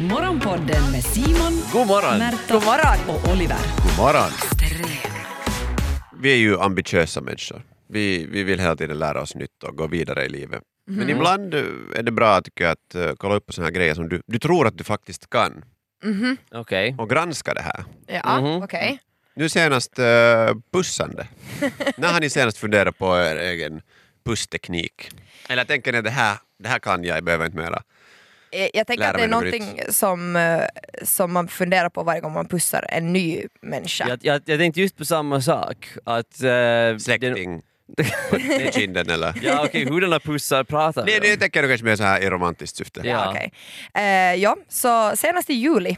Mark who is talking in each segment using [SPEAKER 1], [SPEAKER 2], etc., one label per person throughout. [SPEAKER 1] Morgonpodden med Simon,
[SPEAKER 2] God morgon!
[SPEAKER 1] Märta
[SPEAKER 3] God morgon.
[SPEAKER 1] och Oliver.
[SPEAKER 2] God morgon! Vi är ju ambitiösa människor. Vi, vi vill hela tiden lära oss nytt och gå vidare i livet.
[SPEAKER 4] Mm.
[SPEAKER 2] Men
[SPEAKER 3] Mm.
[SPEAKER 2] ibland eh, är det bra tycker jag, att eh, kolla upp på såna här grejer som du, du tror att du faktiskt kan
[SPEAKER 3] Mhm.
[SPEAKER 4] Okej.
[SPEAKER 2] och granska det här.
[SPEAKER 3] Ja,
[SPEAKER 4] Mhm.
[SPEAKER 3] okej.
[SPEAKER 2] Nu senast eh, pussande. När har ni senast funderat på er egen pussteknik? Eller tänker ni det här, det här kan jag, jag behöver inte mera?
[SPEAKER 3] Eh, Jag tänker
[SPEAKER 2] Lära
[SPEAKER 3] att det
[SPEAKER 2] mig
[SPEAKER 3] är
[SPEAKER 2] något nytt.
[SPEAKER 3] någonting som, eh, som man funderar på varje gång man pussar en ny människa.
[SPEAKER 4] Jag, jag, jag tänkte just på samma sak. Att, eh, den-
[SPEAKER 2] Släkting på kinden eller?
[SPEAKER 4] ja okej, hurdana pussar pratar
[SPEAKER 2] Nej,
[SPEAKER 4] vi
[SPEAKER 2] nu
[SPEAKER 4] om?
[SPEAKER 2] tänker jag kanske mer så här i romantiskt syfte.
[SPEAKER 4] Ja.
[SPEAKER 3] Ja, okej. Eh, ja, så senast i juli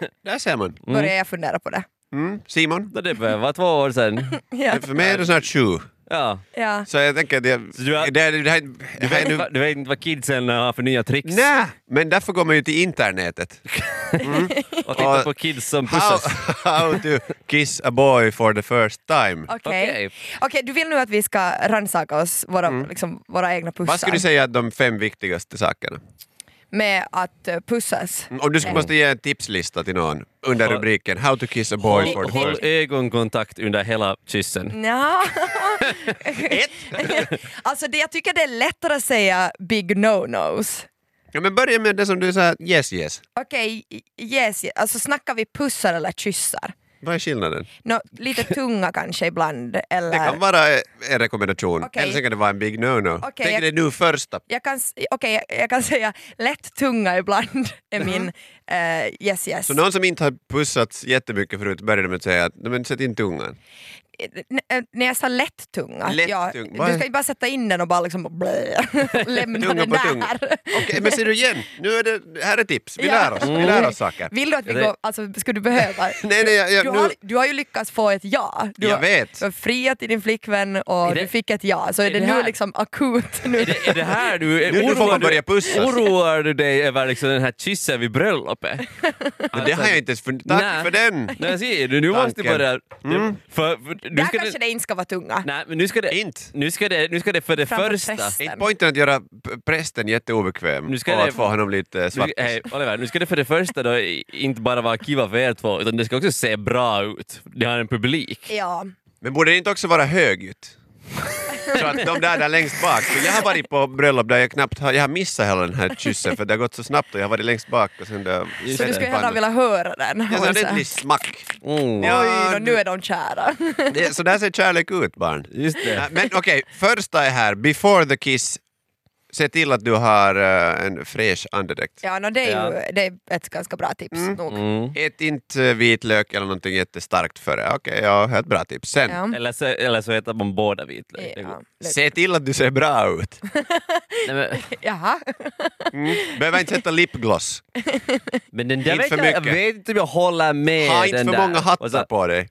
[SPEAKER 2] Mm. Där ser man.
[SPEAKER 3] började jag fundera på det.
[SPEAKER 2] Mm. Simon?
[SPEAKER 4] Det behöver vara två år sedan.
[SPEAKER 3] Ja,
[SPEAKER 2] För mig är det snart sju.
[SPEAKER 4] Ja.
[SPEAKER 3] ja.
[SPEAKER 2] Så jag tänker att jag,
[SPEAKER 4] Så du har-
[SPEAKER 2] det, här- det här, det
[SPEAKER 4] Du,
[SPEAKER 2] här är
[SPEAKER 4] vet,
[SPEAKER 2] nu...
[SPEAKER 4] inte- du vet inte vad kidsen har för nya tricks?
[SPEAKER 2] Nej, men därför går man ju till internetet.
[SPEAKER 4] Och titta
[SPEAKER 2] Och-
[SPEAKER 4] på kids som
[SPEAKER 2] How,
[SPEAKER 4] pussas.
[SPEAKER 2] how to kiss a boy for the first time.
[SPEAKER 3] Okej,
[SPEAKER 4] Okej.
[SPEAKER 3] Okej, du vill nu att vi ska rannsaka oss, våra, liksom, våra egna pussar,
[SPEAKER 2] Mm. Vad skulle du säga är de fem viktigaste sakerna?
[SPEAKER 3] med att eh, pussas.
[SPEAKER 2] Mm, Om du skulle måste ge en tipslista till någon under
[SPEAKER 4] Håll-
[SPEAKER 2] rubriken How to kiss a boy for
[SPEAKER 4] Håll,
[SPEAKER 2] the
[SPEAKER 4] håll
[SPEAKER 2] first
[SPEAKER 4] ögonkontakt under hela kyssen.
[SPEAKER 3] Ja. alltså det, jag tycker det är lättare att säga big no-nos.
[SPEAKER 2] Ja, men börja med det som du sa, yes yes.
[SPEAKER 3] Okej, yes, yes. Alltså snackar vi pussar eller kyssar?
[SPEAKER 2] Vad är skillnaden?
[SPEAKER 3] Nå, lite tunga kanske ibland.
[SPEAKER 2] Det kan
[SPEAKER 3] Eller...
[SPEAKER 2] vara eh, en rekommendation,
[SPEAKER 3] Okej.
[SPEAKER 2] eller så kan det vara en big no-no. Tänk
[SPEAKER 3] jag-
[SPEAKER 2] dig nu första.
[SPEAKER 3] Jag kan, s- okej, jag- jag kan säga lätt tunga ibland är min eh, yes yes.
[SPEAKER 2] Så någon som inte har pussats jättemycket förut börjar med att säga att "Nej, men sätt in tungan.
[SPEAKER 3] N- eh, när jag sa lätt tunga,
[SPEAKER 2] Lätt
[SPEAKER 3] ja,
[SPEAKER 2] tunga,
[SPEAKER 3] du
[SPEAKER 2] vad är-
[SPEAKER 3] ska ju bara sätta in den och bara liksom blä, lämna
[SPEAKER 2] Tunga
[SPEAKER 3] den
[SPEAKER 2] på
[SPEAKER 3] där.
[SPEAKER 2] tunga. Okej, men ser du igen? Nu är det, här är tips, vi
[SPEAKER 3] Ja.
[SPEAKER 2] lär oss,
[SPEAKER 4] Mm.
[SPEAKER 2] vi lär oss saker.
[SPEAKER 3] Vill du att vi
[SPEAKER 4] Det-
[SPEAKER 3] går, alltså skulle du behöva?
[SPEAKER 2] Nej, nej, jag, jag,
[SPEAKER 3] Du
[SPEAKER 2] nu,
[SPEAKER 3] har, du har ju lyckats få ett ja. Du
[SPEAKER 2] Jag
[SPEAKER 3] har,
[SPEAKER 2] vet.
[SPEAKER 3] Du har friat till din flickvän och
[SPEAKER 4] Är det-
[SPEAKER 3] du fick ett ja. Så är,
[SPEAKER 4] är
[SPEAKER 3] det,
[SPEAKER 4] det
[SPEAKER 3] nu
[SPEAKER 4] här-
[SPEAKER 3] liksom akut. Nu.
[SPEAKER 4] Är det, är det här du...
[SPEAKER 2] nu, nu får
[SPEAKER 4] oroar
[SPEAKER 2] man
[SPEAKER 4] du-
[SPEAKER 2] börja pussas.
[SPEAKER 4] Oroar du dig över liksom den här kyssen vid bröllopet?
[SPEAKER 2] Men det har jag inte ens funderat Tack
[SPEAKER 4] Nej.
[SPEAKER 2] för den!
[SPEAKER 4] Nej, ser du, nu måste du
[SPEAKER 2] Tanken. Mm.
[SPEAKER 4] börja... För, för, du
[SPEAKER 3] Där
[SPEAKER 4] ska det,
[SPEAKER 3] kanske det inte ska vara tunga.
[SPEAKER 4] nej, men nu ska det...
[SPEAKER 2] Inte.
[SPEAKER 4] Nu ska det, nu ska det för det
[SPEAKER 3] Framför
[SPEAKER 4] första...
[SPEAKER 3] prästen.
[SPEAKER 2] Inte poängen att göra p- prästen jätteobekväm
[SPEAKER 4] Nu ska
[SPEAKER 2] och
[SPEAKER 4] det-
[SPEAKER 2] att få honom lite
[SPEAKER 4] Nu, hej,
[SPEAKER 2] svartis.
[SPEAKER 4] Oliver, nu ska det för det första då i- inte bara vara kiva för er två, utan det ska också se bra ut. Ni har en publik.
[SPEAKER 3] Ja.
[SPEAKER 2] Men borde det inte också vara högljutt? Så att de där, där längst bak, för jag har varit på bröllop där jag knappt har, jag har missat hela den här kyssen för det har gått så snabbt och jag har varit längst bak och sen där,
[SPEAKER 3] Så du skulle hellre vilja höra den.
[SPEAKER 2] Jag
[SPEAKER 3] Och
[SPEAKER 2] sa
[SPEAKER 3] så här,
[SPEAKER 2] ordentlig smack.
[SPEAKER 4] Mm.
[SPEAKER 3] Oj, då,
[SPEAKER 2] Ja,
[SPEAKER 3] nu är de kära.
[SPEAKER 2] det, så där ser kärlek ut barn.
[SPEAKER 4] Just det.
[SPEAKER 2] Nej, Men okej, första är här, before the kiss, se till att du har eh, en fräsch andedräkt.
[SPEAKER 3] Ja, no, det, är ju,
[SPEAKER 4] Ja.
[SPEAKER 3] det är ett ganska bra tips. Nog.
[SPEAKER 4] Mm.
[SPEAKER 2] Ät inte eh, vitlök eller någonting jättestarkt före. Okej, ja, helt bra tips. Sen,
[SPEAKER 3] Ja.
[SPEAKER 4] Eller, så, eller så äter man båda vitlök. Det
[SPEAKER 3] Ja.
[SPEAKER 4] går.
[SPEAKER 2] se till att du ser bra ut.
[SPEAKER 4] Nej, men,
[SPEAKER 3] Jaha.
[SPEAKER 2] Mm. Behöver inte sätta lipgloss.
[SPEAKER 4] men den där
[SPEAKER 2] Inte
[SPEAKER 4] vet
[SPEAKER 2] för
[SPEAKER 4] jag, jag
[SPEAKER 2] mycket.
[SPEAKER 4] vet inte om jag håller med
[SPEAKER 2] Ha
[SPEAKER 4] Eh,
[SPEAKER 2] inte
[SPEAKER 4] den
[SPEAKER 2] för
[SPEAKER 4] där.
[SPEAKER 2] många
[SPEAKER 4] Och
[SPEAKER 2] hattar
[SPEAKER 4] så- Mm,
[SPEAKER 2] på dig.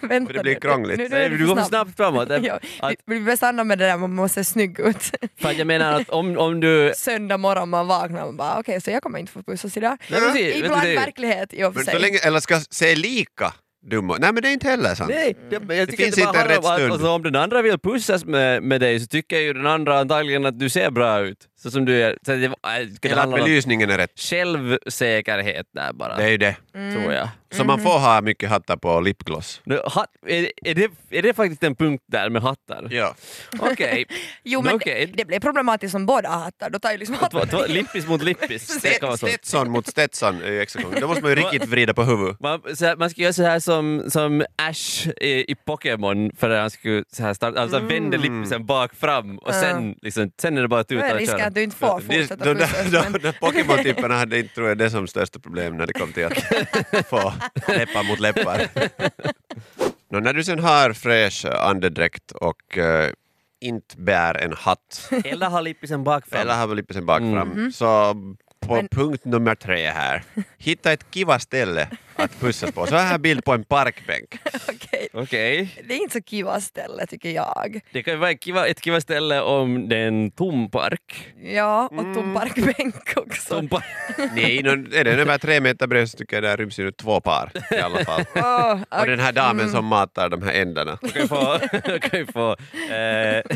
[SPEAKER 3] Vänta
[SPEAKER 2] För det blir
[SPEAKER 3] nu.
[SPEAKER 2] krångligt.
[SPEAKER 3] Nu, nu
[SPEAKER 4] Nej,
[SPEAKER 3] är
[SPEAKER 4] du går för snabbt framåt.
[SPEAKER 3] Ja,
[SPEAKER 4] Att,
[SPEAKER 3] vi- vi blir sanna med det där, man måste se snygg ut.
[SPEAKER 4] för att jag menar att om, om du...
[SPEAKER 3] Söndag morgon man vaknar och bara okej, så jag kommer inte få pussas idag.
[SPEAKER 4] Nej, men se, vet
[SPEAKER 3] Ibland
[SPEAKER 4] du, det-
[SPEAKER 3] verklighet i och för
[SPEAKER 2] Men
[SPEAKER 3] sig.
[SPEAKER 2] så länge, eller ska se lika dum ut. Nej men det är inte heller sant.
[SPEAKER 4] Nej, det, men jag
[SPEAKER 2] Mm. Det
[SPEAKER 4] tycker
[SPEAKER 2] finns
[SPEAKER 4] att bara
[SPEAKER 2] inte
[SPEAKER 4] handlar
[SPEAKER 2] en rätt
[SPEAKER 4] om att-
[SPEAKER 2] stund.
[SPEAKER 4] Alltså, om den andra vill pussas med, med dig så tycker ju den andra antagligen att du ser bra ut. Så som du är. Så det, äh, ska det
[SPEAKER 2] Eller att
[SPEAKER 4] handla om
[SPEAKER 2] belysningen är rätt.
[SPEAKER 4] självsäkerhet där bara,
[SPEAKER 2] Det är ju det.
[SPEAKER 4] tror jag.
[SPEAKER 2] Så man
[SPEAKER 4] Mhm.
[SPEAKER 2] får ha mycket hattar på och lipgloss.
[SPEAKER 4] Nu, hat, är, är, det, är det faktiskt en punkt där med hattar?
[SPEAKER 2] Ja.
[SPEAKER 4] Okej.
[SPEAKER 3] Jo men
[SPEAKER 4] Okej.
[SPEAKER 3] det, det blir problematiskt om båda har hattar, då tar ju liksom
[SPEAKER 4] Två- två-
[SPEAKER 3] hattarna i.
[SPEAKER 4] Lippis mot lippis. Det kan vara
[SPEAKER 2] Ste-
[SPEAKER 4] så.
[SPEAKER 2] Stetson mot Stetson är ju extra konstigt. Då måste man ju riktigt vrida på huvudet.
[SPEAKER 4] Man, så här, man ska göra så här som, som Ash i, i Pokémon för att han skulle så här starta,
[SPEAKER 2] Mm.
[SPEAKER 4] alltså vända lippisen bak fram och sen, liksom, sen är det bara att
[SPEAKER 3] Då
[SPEAKER 4] tuta
[SPEAKER 3] är
[SPEAKER 4] och
[SPEAKER 3] risken
[SPEAKER 4] köra.
[SPEAKER 3] att du inte får
[SPEAKER 2] De,
[SPEAKER 3] fortsätta
[SPEAKER 2] de,
[SPEAKER 3] pussas.
[SPEAKER 2] de,
[SPEAKER 3] men-
[SPEAKER 2] de där Pokémon-typerna hade inte tror jag det som största problem när det kom till att få läppar mot läppar. Nå, när du sen har fräsch andedräkt och eh, inte bär en hatt,
[SPEAKER 4] Eller ha lippisen bak fram.
[SPEAKER 2] eller har väl lippisen bak fram, så på punkt nummer tre här, hitta ett kiva ställe att pussas på. Så här bild på en parkbänk.
[SPEAKER 3] Okej.
[SPEAKER 4] Okej.
[SPEAKER 3] Det är inte så kiva ställe tycker jag.
[SPEAKER 4] Det kan ju vara ett kiva, ett kiva ställe om det är en tom park.
[SPEAKER 3] Ja,
[SPEAKER 2] Mm.
[SPEAKER 3] och tom parkbänk också.
[SPEAKER 4] Tom park.
[SPEAKER 2] Nej, nå, är den över tre meter bred så tycker jag där ryms ju två par i alla fall.
[SPEAKER 3] Åh,
[SPEAKER 2] Och den här damen som matar de här ändarna.
[SPEAKER 4] Du kan ju få, du kan ju få eh,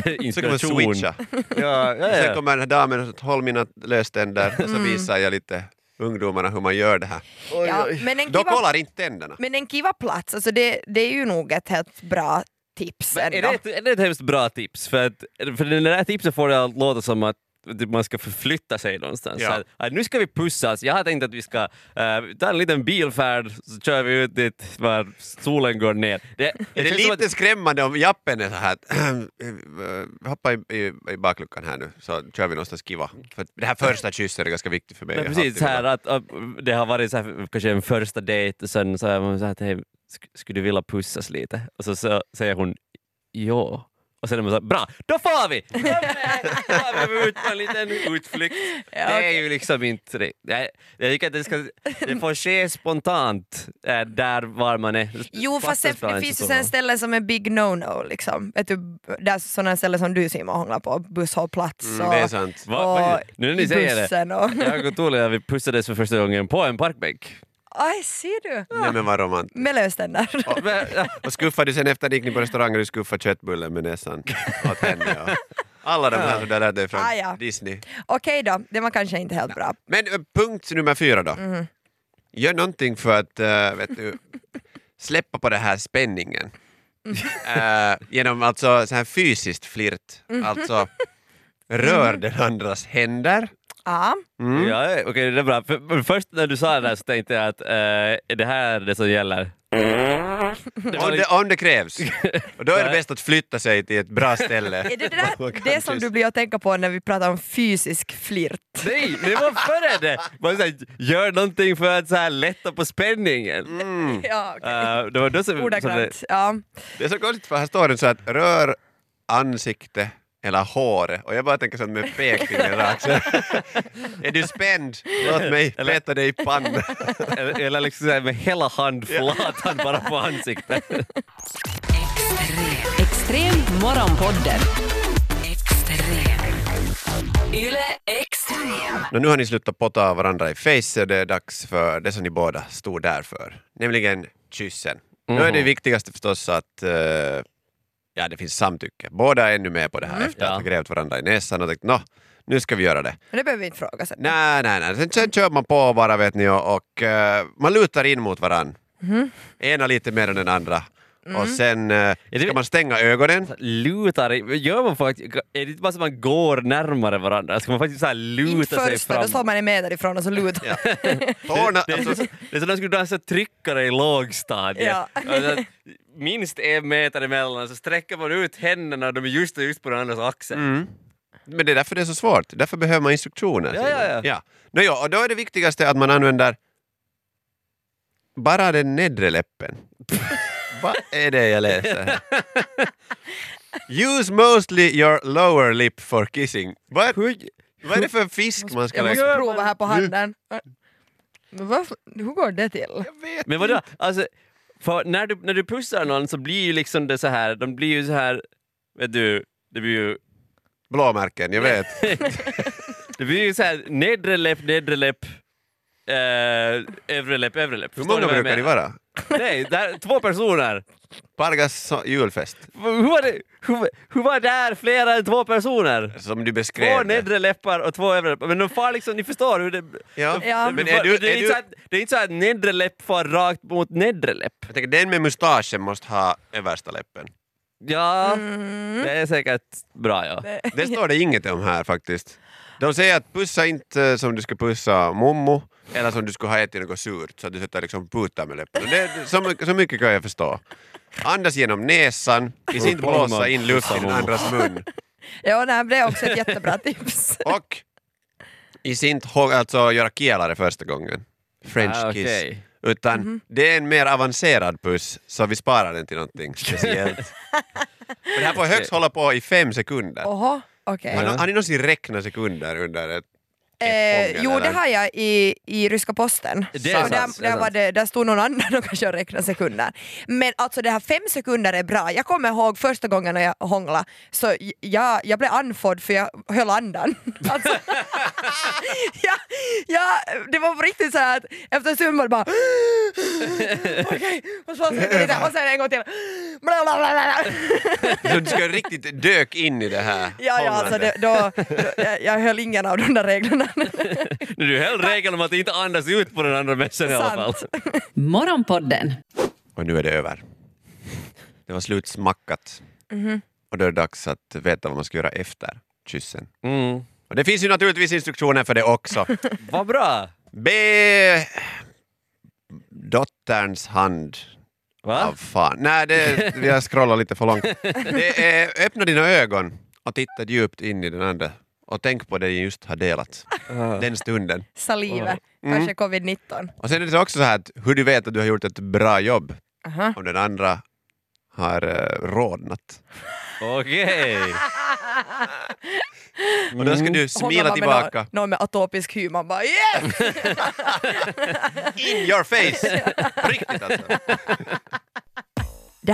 [SPEAKER 2] Så kan man
[SPEAKER 4] inspiration.
[SPEAKER 2] switcha.
[SPEAKER 4] Ja, ja,
[SPEAKER 2] Sen
[SPEAKER 4] ja. Mm.
[SPEAKER 2] kommer den här damen och så håll mina löständer och så visar jag lite ungdomarna hur man gör det här.
[SPEAKER 3] Ja, men en
[SPEAKER 2] De
[SPEAKER 3] kiva-
[SPEAKER 2] kollar inte tänderna.
[SPEAKER 3] Men en kiva-plats, alltså det, det är ju nog ett helt bra tips
[SPEAKER 4] Men är,
[SPEAKER 3] ändå.
[SPEAKER 4] det ett, är det ett hemskt bra tips? För, att, för den där tipsen får det att låta som att typ man ska förflytta sig någonstans.
[SPEAKER 2] Ja.
[SPEAKER 4] Så Att, att nu ska vi pussas. Jag har tänkt att vi ska eh, ta en liten bilfärd så kör vi ut dit var solen går ner. Det,
[SPEAKER 2] Är det
[SPEAKER 4] känns som
[SPEAKER 2] lite skrämmande om jappen är så här att eh, hoppa i, i, i bakluckan här nu så kör vi någonstans kiva. För att det här första kyssen är ganska viktigt för mig.
[SPEAKER 4] Men
[SPEAKER 2] Jag har
[SPEAKER 4] precis,
[SPEAKER 2] alltid
[SPEAKER 4] så här att, att det har varit så här, kanske en första dejt och sen så är man så här, att, hej, sk- skulle du vilja pussas lite? Och så, så säger hon ja. Och sen är man så här, bra, då far vi! Då far vi ut på en liten utflykt.
[SPEAKER 3] Ja,
[SPEAKER 4] det
[SPEAKER 3] okej.
[SPEAKER 4] är ju liksom inte det. Jag, jag tycker att det, ska, det får ske spontant eh, där var man är.
[SPEAKER 3] Jo fast sen,
[SPEAKER 4] Platsdans
[SPEAKER 3] det
[SPEAKER 4] och
[SPEAKER 3] finns ju
[SPEAKER 4] så.
[SPEAKER 3] sen ställen som är big no-no liksom. Vet du, där sådana ställen som du Simon hånglar på, busshållplats
[SPEAKER 2] velat. Mm,
[SPEAKER 3] och,
[SPEAKER 2] det är sant.
[SPEAKER 4] Va, va,
[SPEAKER 3] och
[SPEAKER 4] nu när
[SPEAKER 3] i
[SPEAKER 4] ni säger det.
[SPEAKER 3] bussen och...
[SPEAKER 4] Jag och Tuulia vi pussades för första gången på en parkbänk.
[SPEAKER 3] Aj, ser du?
[SPEAKER 2] Nej men vad romant.
[SPEAKER 3] Med löständer.
[SPEAKER 4] Men-
[SPEAKER 2] Och skuffade du sen efter det gick ni på restaurang och du skuffade köttbullen med näsan åt henne. Och alla de här som du lärde dig från
[SPEAKER 3] Ah, ja.
[SPEAKER 2] Disney.
[SPEAKER 3] Okej då, det var kanske inte helt bra.
[SPEAKER 2] Men eh, punkt nummer fyra då.
[SPEAKER 3] Mm.
[SPEAKER 2] Gör någonting för att eh, vet du, släppa på den här spänningen.
[SPEAKER 3] Mm.
[SPEAKER 2] Eh, genom alltså så här fysiskt flirt.
[SPEAKER 3] Mm.
[SPEAKER 2] Alltså rör den andras händer.
[SPEAKER 3] Ja.
[SPEAKER 2] Mm.
[SPEAKER 4] Ja, okej, det är bra. För, men först när du sa det där så tänkte jag att eh, är det här det som gäller? Det
[SPEAKER 3] Mm.
[SPEAKER 4] var
[SPEAKER 2] Om, det,
[SPEAKER 4] liksom-
[SPEAKER 2] om det krävs. Och då är det bäst att flytta sig till ett bra ställe.
[SPEAKER 3] Är det det,
[SPEAKER 2] Man
[SPEAKER 3] där,
[SPEAKER 2] kan
[SPEAKER 3] det som
[SPEAKER 2] just-
[SPEAKER 3] du blir att tänka på när vi pratar om fysisk flirt?
[SPEAKER 4] Nej, det var före det! Man så här, gör någonting för att så här, lätta på spänningen.
[SPEAKER 2] Mm.
[SPEAKER 3] Ja, okej.
[SPEAKER 4] Eh, det var då som, som det,
[SPEAKER 3] Ordagrant. Ja.
[SPEAKER 2] Det är så konstigt för här står det så att rör ansikte eller håret och jag bara tänker sånt med pekfingret rakt så. Är du spänd? Låt mig
[SPEAKER 4] Eller-
[SPEAKER 2] peta dig i pannan.
[SPEAKER 4] eller, eller liksom så här, med hela handflatan bara på ansiktet.
[SPEAKER 1] Extrem. Extrem morgonpodden. Extrem. Yle Extrem.
[SPEAKER 2] Nå, nu har ni slutat potta varandra i face och det är dags för det som ni båda stod där för, nämligen kyssen. Nu är det
[SPEAKER 4] Mhm.
[SPEAKER 2] viktigaste förstås att eh, ja, det finns samtycke. Båda är nu med på det här efter att
[SPEAKER 4] Mm, Ja.
[SPEAKER 2] ha grävt varandra i näsan och tänkt nå, nu ska vi göra det.
[SPEAKER 3] Men det behöver vi inte fråga sen.
[SPEAKER 2] Nej, nej, nej. Sen, sen kör man på bara vet ni och, och eh, man lutar in mot varann.
[SPEAKER 4] Mhm.
[SPEAKER 2] Ena lite mer än den andra. Och sen uh,
[SPEAKER 4] Mm. det-
[SPEAKER 2] ska man stänga ögonen.
[SPEAKER 4] Lutar, i- gör man faktiskt, är det inte bara så att man går närmare varandra? Ska man faktiskt så här
[SPEAKER 3] Inte
[SPEAKER 4] luta sig
[SPEAKER 3] första, då
[SPEAKER 4] fram?
[SPEAKER 3] står man en meter ifrån och så lutar
[SPEAKER 2] Ja. Tårna,
[SPEAKER 4] Det är
[SPEAKER 2] alltså,
[SPEAKER 4] som- det är som om de skulle dansa tryckare i lågstadiet.
[SPEAKER 3] Ja.
[SPEAKER 4] Alltså att minst en meter emellan så sträcker man ut händerna och de är just, just på den andras axel.
[SPEAKER 2] Mm. men det är därför det är så svårt. Därför behöver man instruktioner.
[SPEAKER 4] Ja, ja, ja.
[SPEAKER 2] Nå, ja, och då är det viktigaste att man använder bara den nedre läppen. Vad är det jag läser? här? Use mostly your lower lip for kissing. Vad, vad är det för fisk man ska
[SPEAKER 3] Jag
[SPEAKER 2] lägga?
[SPEAKER 3] måste prova här på handen. Men varför, hur går det till?
[SPEAKER 2] Jag vet
[SPEAKER 4] Men vadå, alltså, för när, du, när du pussar någon så blir ju liksom det så här, de blir ju så här, vet du, det blir ju,
[SPEAKER 2] Blåmärken, jag vet.
[SPEAKER 4] det blir ju så här nedre läpp, nedre läpp, eh, övre läpp, övre läpp. Förstår
[SPEAKER 2] Hur många
[SPEAKER 4] du vad jag
[SPEAKER 2] brukar det
[SPEAKER 4] menar?
[SPEAKER 2] vara?
[SPEAKER 4] Nej, där, två personer.
[SPEAKER 2] Pargas so- julfest,
[SPEAKER 4] Hur var, det, hur, hur var där flera än två personer?
[SPEAKER 2] som du
[SPEAKER 4] Två
[SPEAKER 2] beskrev. det.
[SPEAKER 4] nedre läppar och två övre läppar. Men de far liksom, ni förstår hur det...
[SPEAKER 2] Ja.
[SPEAKER 3] Ja.
[SPEAKER 4] det-
[SPEAKER 2] Men
[SPEAKER 4] det-
[SPEAKER 2] är du,
[SPEAKER 4] det, är
[SPEAKER 2] är
[SPEAKER 4] inte
[SPEAKER 2] du,
[SPEAKER 4] så att, det är inte så att nedre läpp far rakt mot nedre läpp.
[SPEAKER 2] jag tänker, den med mustaschen måste ha översta läppen.
[SPEAKER 4] Ja, det är säkert bra ja.
[SPEAKER 2] Det står det inget om här faktiskt. De säger att pussa inte som du ska pussa mommo eller som du skulle ha ätit något surt så att du sätter liksom puta med läpparna. Det, så, mycket- så mycket kan jag förstå. Andas genom näsan, vi ska inte blåsa in luft i den andras mun.
[SPEAKER 3] Ja, nej, det är också ett jättebra tips.
[SPEAKER 2] Och i sin hå- alltså göra kielare första gången. French
[SPEAKER 4] Ah,
[SPEAKER 2] kiss.
[SPEAKER 4] okej.
[SPEAKER 2] Utan det är en mer avancerad puss, så vi sparar den till någonting speciellt. Men det här får högst hålla på i fem sekunder.
[SPEAKER 3] Oho, okej.
[SPEAKER 2] Har, no- har ni någonsin räknat sekunder under ett... ett
[SPEAKER 3] Eh,
[SPEAKER 2] fångel,
[SPEAKER 3] jo, det
[SPEAKER 2] eller?
[SPEAKER 3] har jag i, i ryska posten.
[SPEAKER 4] Det är
[SPEAKER 3] Och
[SPEAKER 4] sant,
[SPEAKER 3] där,
[SPEAKER 4] det är
[SPEAKER 3] där, var
[SPEAKER 4] sant.
[SPEAKER 3] det, där stod någon annan och kanske räknade sekunder. Men alltså det här fem sekunder är bra. Jag kommer ihåg första gången när jag hånglade, så j- jag, jag blev andfådd för jag höll andan. Alltså, jag, jag det var på riktigt så här att efter en stund var det bara okej, och så lite och sen en gång till. Bla, bla, bla, bla.
[SPEAKER 2] Så du ska riktigt dök in i det här
[SPEAKER 3] Ja, ja, alltså det,
[SPEAKER 2] hållandet.
[SPEAKER 3] då, då, jag, jag höll ingen av de där reglerna.
[SPEAKER 4] Nu är det ju hel regel om att inte andas ut på den andra människan i alla fall.
[SPEAKER 3] Sant.
[SPEAKER 1] Morgonpodden
[SPEAKER 2] Och nu är det över. Det var slutsmackat.
[SPEAKER 3] Mhm.
[SPEAKER 2] Och då är det dags att veta vad man ska göra efter kyssen.
[SPEAKER 4] Mm.
[SPEAKER 2] Och det finns ju naturligtvis instruktioner för det också.
[SPEAKER 4] Vad bra!
[SPEAKER 2] Be dotterns hand
[SPEAKER 4] Va?
[SPEAKER 2] av fan. Nej, det, vi har scrollat lite för långt. Det är, öppna dina ögon och titta djupt in i den andra. Och tänk på det ni just har delat,
[SPEAKER 4] Ah.
[SPEAKER 2] den stunden.
[SPEAKER 3] Saliver,
[SPEAKER 4] Mm.
[SPEAKER 3] kanske covid-19.
[SPEAKER 2] Och sen är det också så här att hur du vet att du har gjort ett bra jobb
[SPEAKER 3] Aha.
[SPEAKER 2] om den andra har uh, rodnat.
[SPEAKER 4] Okej.
[SPEAKER 2] Och då ska du smila
[SPEAKER 3] Honom bara Mm. med
[SPEAKER 2] tillbaka.
[SPEAKER 3] Någon, någon med atopisk hy, man bara yes!
[SPEAKER 2] In your face! På riktigt alltså.
[SPEAKER 3] Det